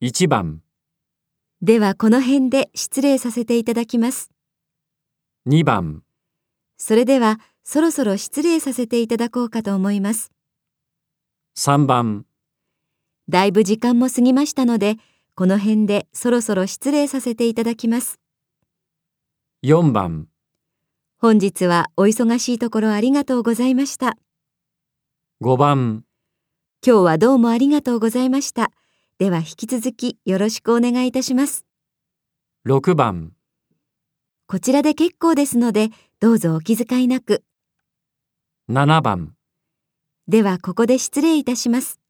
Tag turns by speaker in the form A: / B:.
A: 1番、
B: ではこの辺で失礼させていただきます。
A: 2番、
B: それではそろそろ失礼させていただこうかと思います。
A: 3番、
B: だいぶ時間も過ぎましたので、この辺でそろそろ失礼させていただきます。
A: 4番、
B: 本日はお忙しいところありがとうございました。
A: 5番、
B: 今日はどうもありがとうございました。では引き続きよろしくお願いいたします。
A: 6番、
B: こちらで結構ですので、どうぞお気遣いなく。
A: 7番。
B: ではここで失礼いたします。